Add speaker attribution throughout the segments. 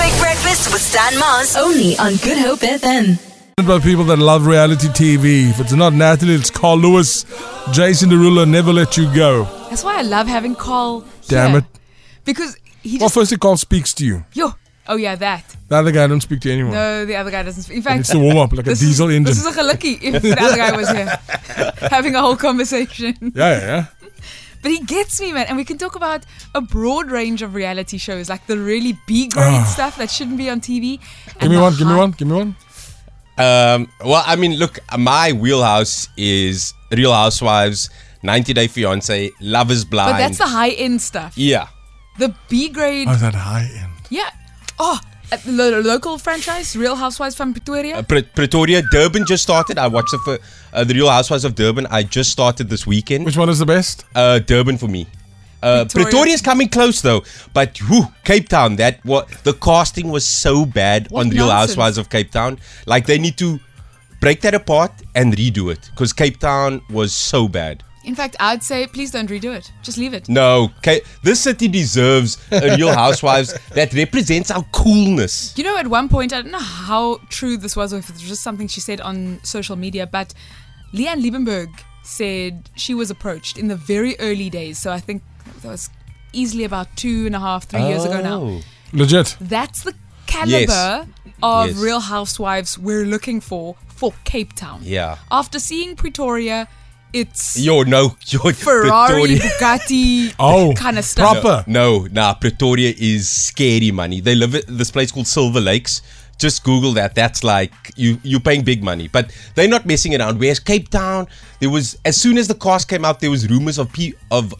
Speaker 1: Breakfast with Stan Mars.
Speaker 2: Only on Good Hope FM.
Speaker 3: by people that love reality TV. If it's not Natalie, it's Carl Lewis, Jason Derulo, Never Let You Go.
Speaker 4: That's why I love having Carl.
Speaker 3: Damn
Speaker 4: here.
Speaker 3: it.
Speaker 4: Because he
Speaker 3: Well,
Speaker 4: just
Speaker 3: firstly, Carl speaks to you.
Speaker 4: yo. Oh yeah, that.
Speaker 3: The other guy don't speak to anyone.
Speaker 4: No, the other guy doesn't. Speak. In
Speaker 3: And
Speaker 4: fact,
Speaker 3: it's the warm up, like a
Speaker 4: this
Speaker 3: diesel
Speaker 4: is,
Speaker 3: engine.
Speaker 4: This is a lucky if the other guy was here, having a whole conversation.
Speaker 3: yeah, yeah, yeah.
Speaker 4: But he gets me, man. And we can talk about a broad range of reality shows, like the really B grade
Speaker 3: Ah.
Speaker 4: stuff that shouldn't be on TV.
Speaker 3: Give me one, give me one, give me one.
Speaker 5: Um, well, I mean, look, my wheelhouse is Real Housewives, 90 Day Fiance, Lovers Blind.
Speaker 4: But that's the high end stuff.
Speaker 5: yeah.
Speaker 4: The B grade,
Speaker 3: Oh, is that high end?
Speaker 4: yeah. Oh, at the lo- local franchise, Real Housewives from Pretoria.
Speaker 5: Uh, Pre- Pretoria, Durban just started. I watched the, fir- uh, the Real Housewives of Durban. I just started this weekend.
Speaker 3: Which one is the best?
Speaker 5: Uh, Durban for me. Uh,
Speaker 4: Pretoria.
Speaker 5: Pretoria's coming close though, but whew, Cape Town. That what the casting was so bad
Speaker 4: What
Speaker 5: on Real
Speaker 4: nonsense.
Speaker 5: Housewives of Cape Town. Like they need to break that apart and redo it because Cape Town was so bad.
Speaker 4: In fact, I'd say please don't redo it. Just leave it.
Speaker 5: No, Ca- this city deserves a Real Housewives that represents our coolness.
Speaker 4: You know, at one point, I don't know how true this was or if it was just something she said on social media, but Leanne Liebenberg said she was approached in the very early days. So I think that was easily about two and a half, three years ago now.
Speaker 5: Oh.
Speaker 3: Legit.
Speaker 4: That's the caliber of
Speaker 5: Yes.
Speaker 4: Real Housewives we're looking for for Cape Town.
Speaker 5: Yeah.
Speaker 4: After seeing Pretoria, it's
Speaker 5: Yo, no, yo,
Speaker 4: Ferrari,
Speaker 5: Pretoria.
Speaker 4: Bugatti,
Speaker 3: Oh,
Speaker 4: kind of stuff.
Speaker 3: proper.
Speaker 5: Uh, No, nah, Pretoria is scary money. They live at this place called Silver Lakes. Just Google that. That's like you you're paying big money, but they're not messing around. Whereas Cape Town, there was as soon as the cast came out, there was rumors of pe- of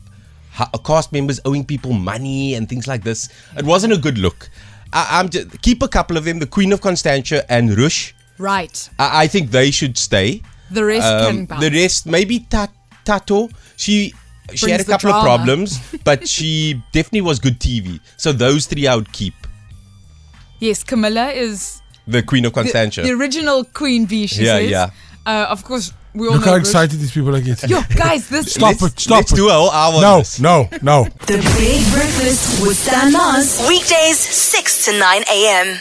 Speaker 5: ha- cast members owing people money and things like this. It wasn't a good look. I, I'm just, keep a couple of them. The Queen of Constantia and Rush.
Speaker 4: Right.
Speaker 5: I, I think they should stay.
Speaker 4: The rest
Speaker 5: Um,
Speaker 4: can bounce.
Speaker 5: the rest, maybe Ta- Tato. She she had
Speaker 4: Brings
Speaker 5: a
Speaker 4: the
Speaker 5: couple of
Speaker 4: drama.
Speaker 5: problems, but she definitely was good TV. So those three I would keep.
Speaker 4: yes, Camilla is
Speaker 5: The Queen of
Speaker 4: the-
Speaker 5: Constantia.
Speaker 4: The, original Queen V, she
Speaker 5: Yeah,
Speaker 4: says.
Speaker 5: yeah.
Speaker 4: Uh, of course, we all
Speaker 3: Look
Speaker 4: know.
Speaker 3: how
Speaker 4: Rush.
Speaker 3: excited these people are getting.
Speaker 4: Yo, guys, this
Speaker 3: Stop
Speaker 5: let's
Speaker 3: it, stop
Speaker 5: let's
Speaker 3: it.
Speaker 5: do a whole hour. on
Speaker 3: No,
Speaker 5: this.
Speaker 3: no, no.
Speaker 2: The Big Breakfast with Stan Mars.
Speaker 1: Weekdays, 6 to 9 a.m.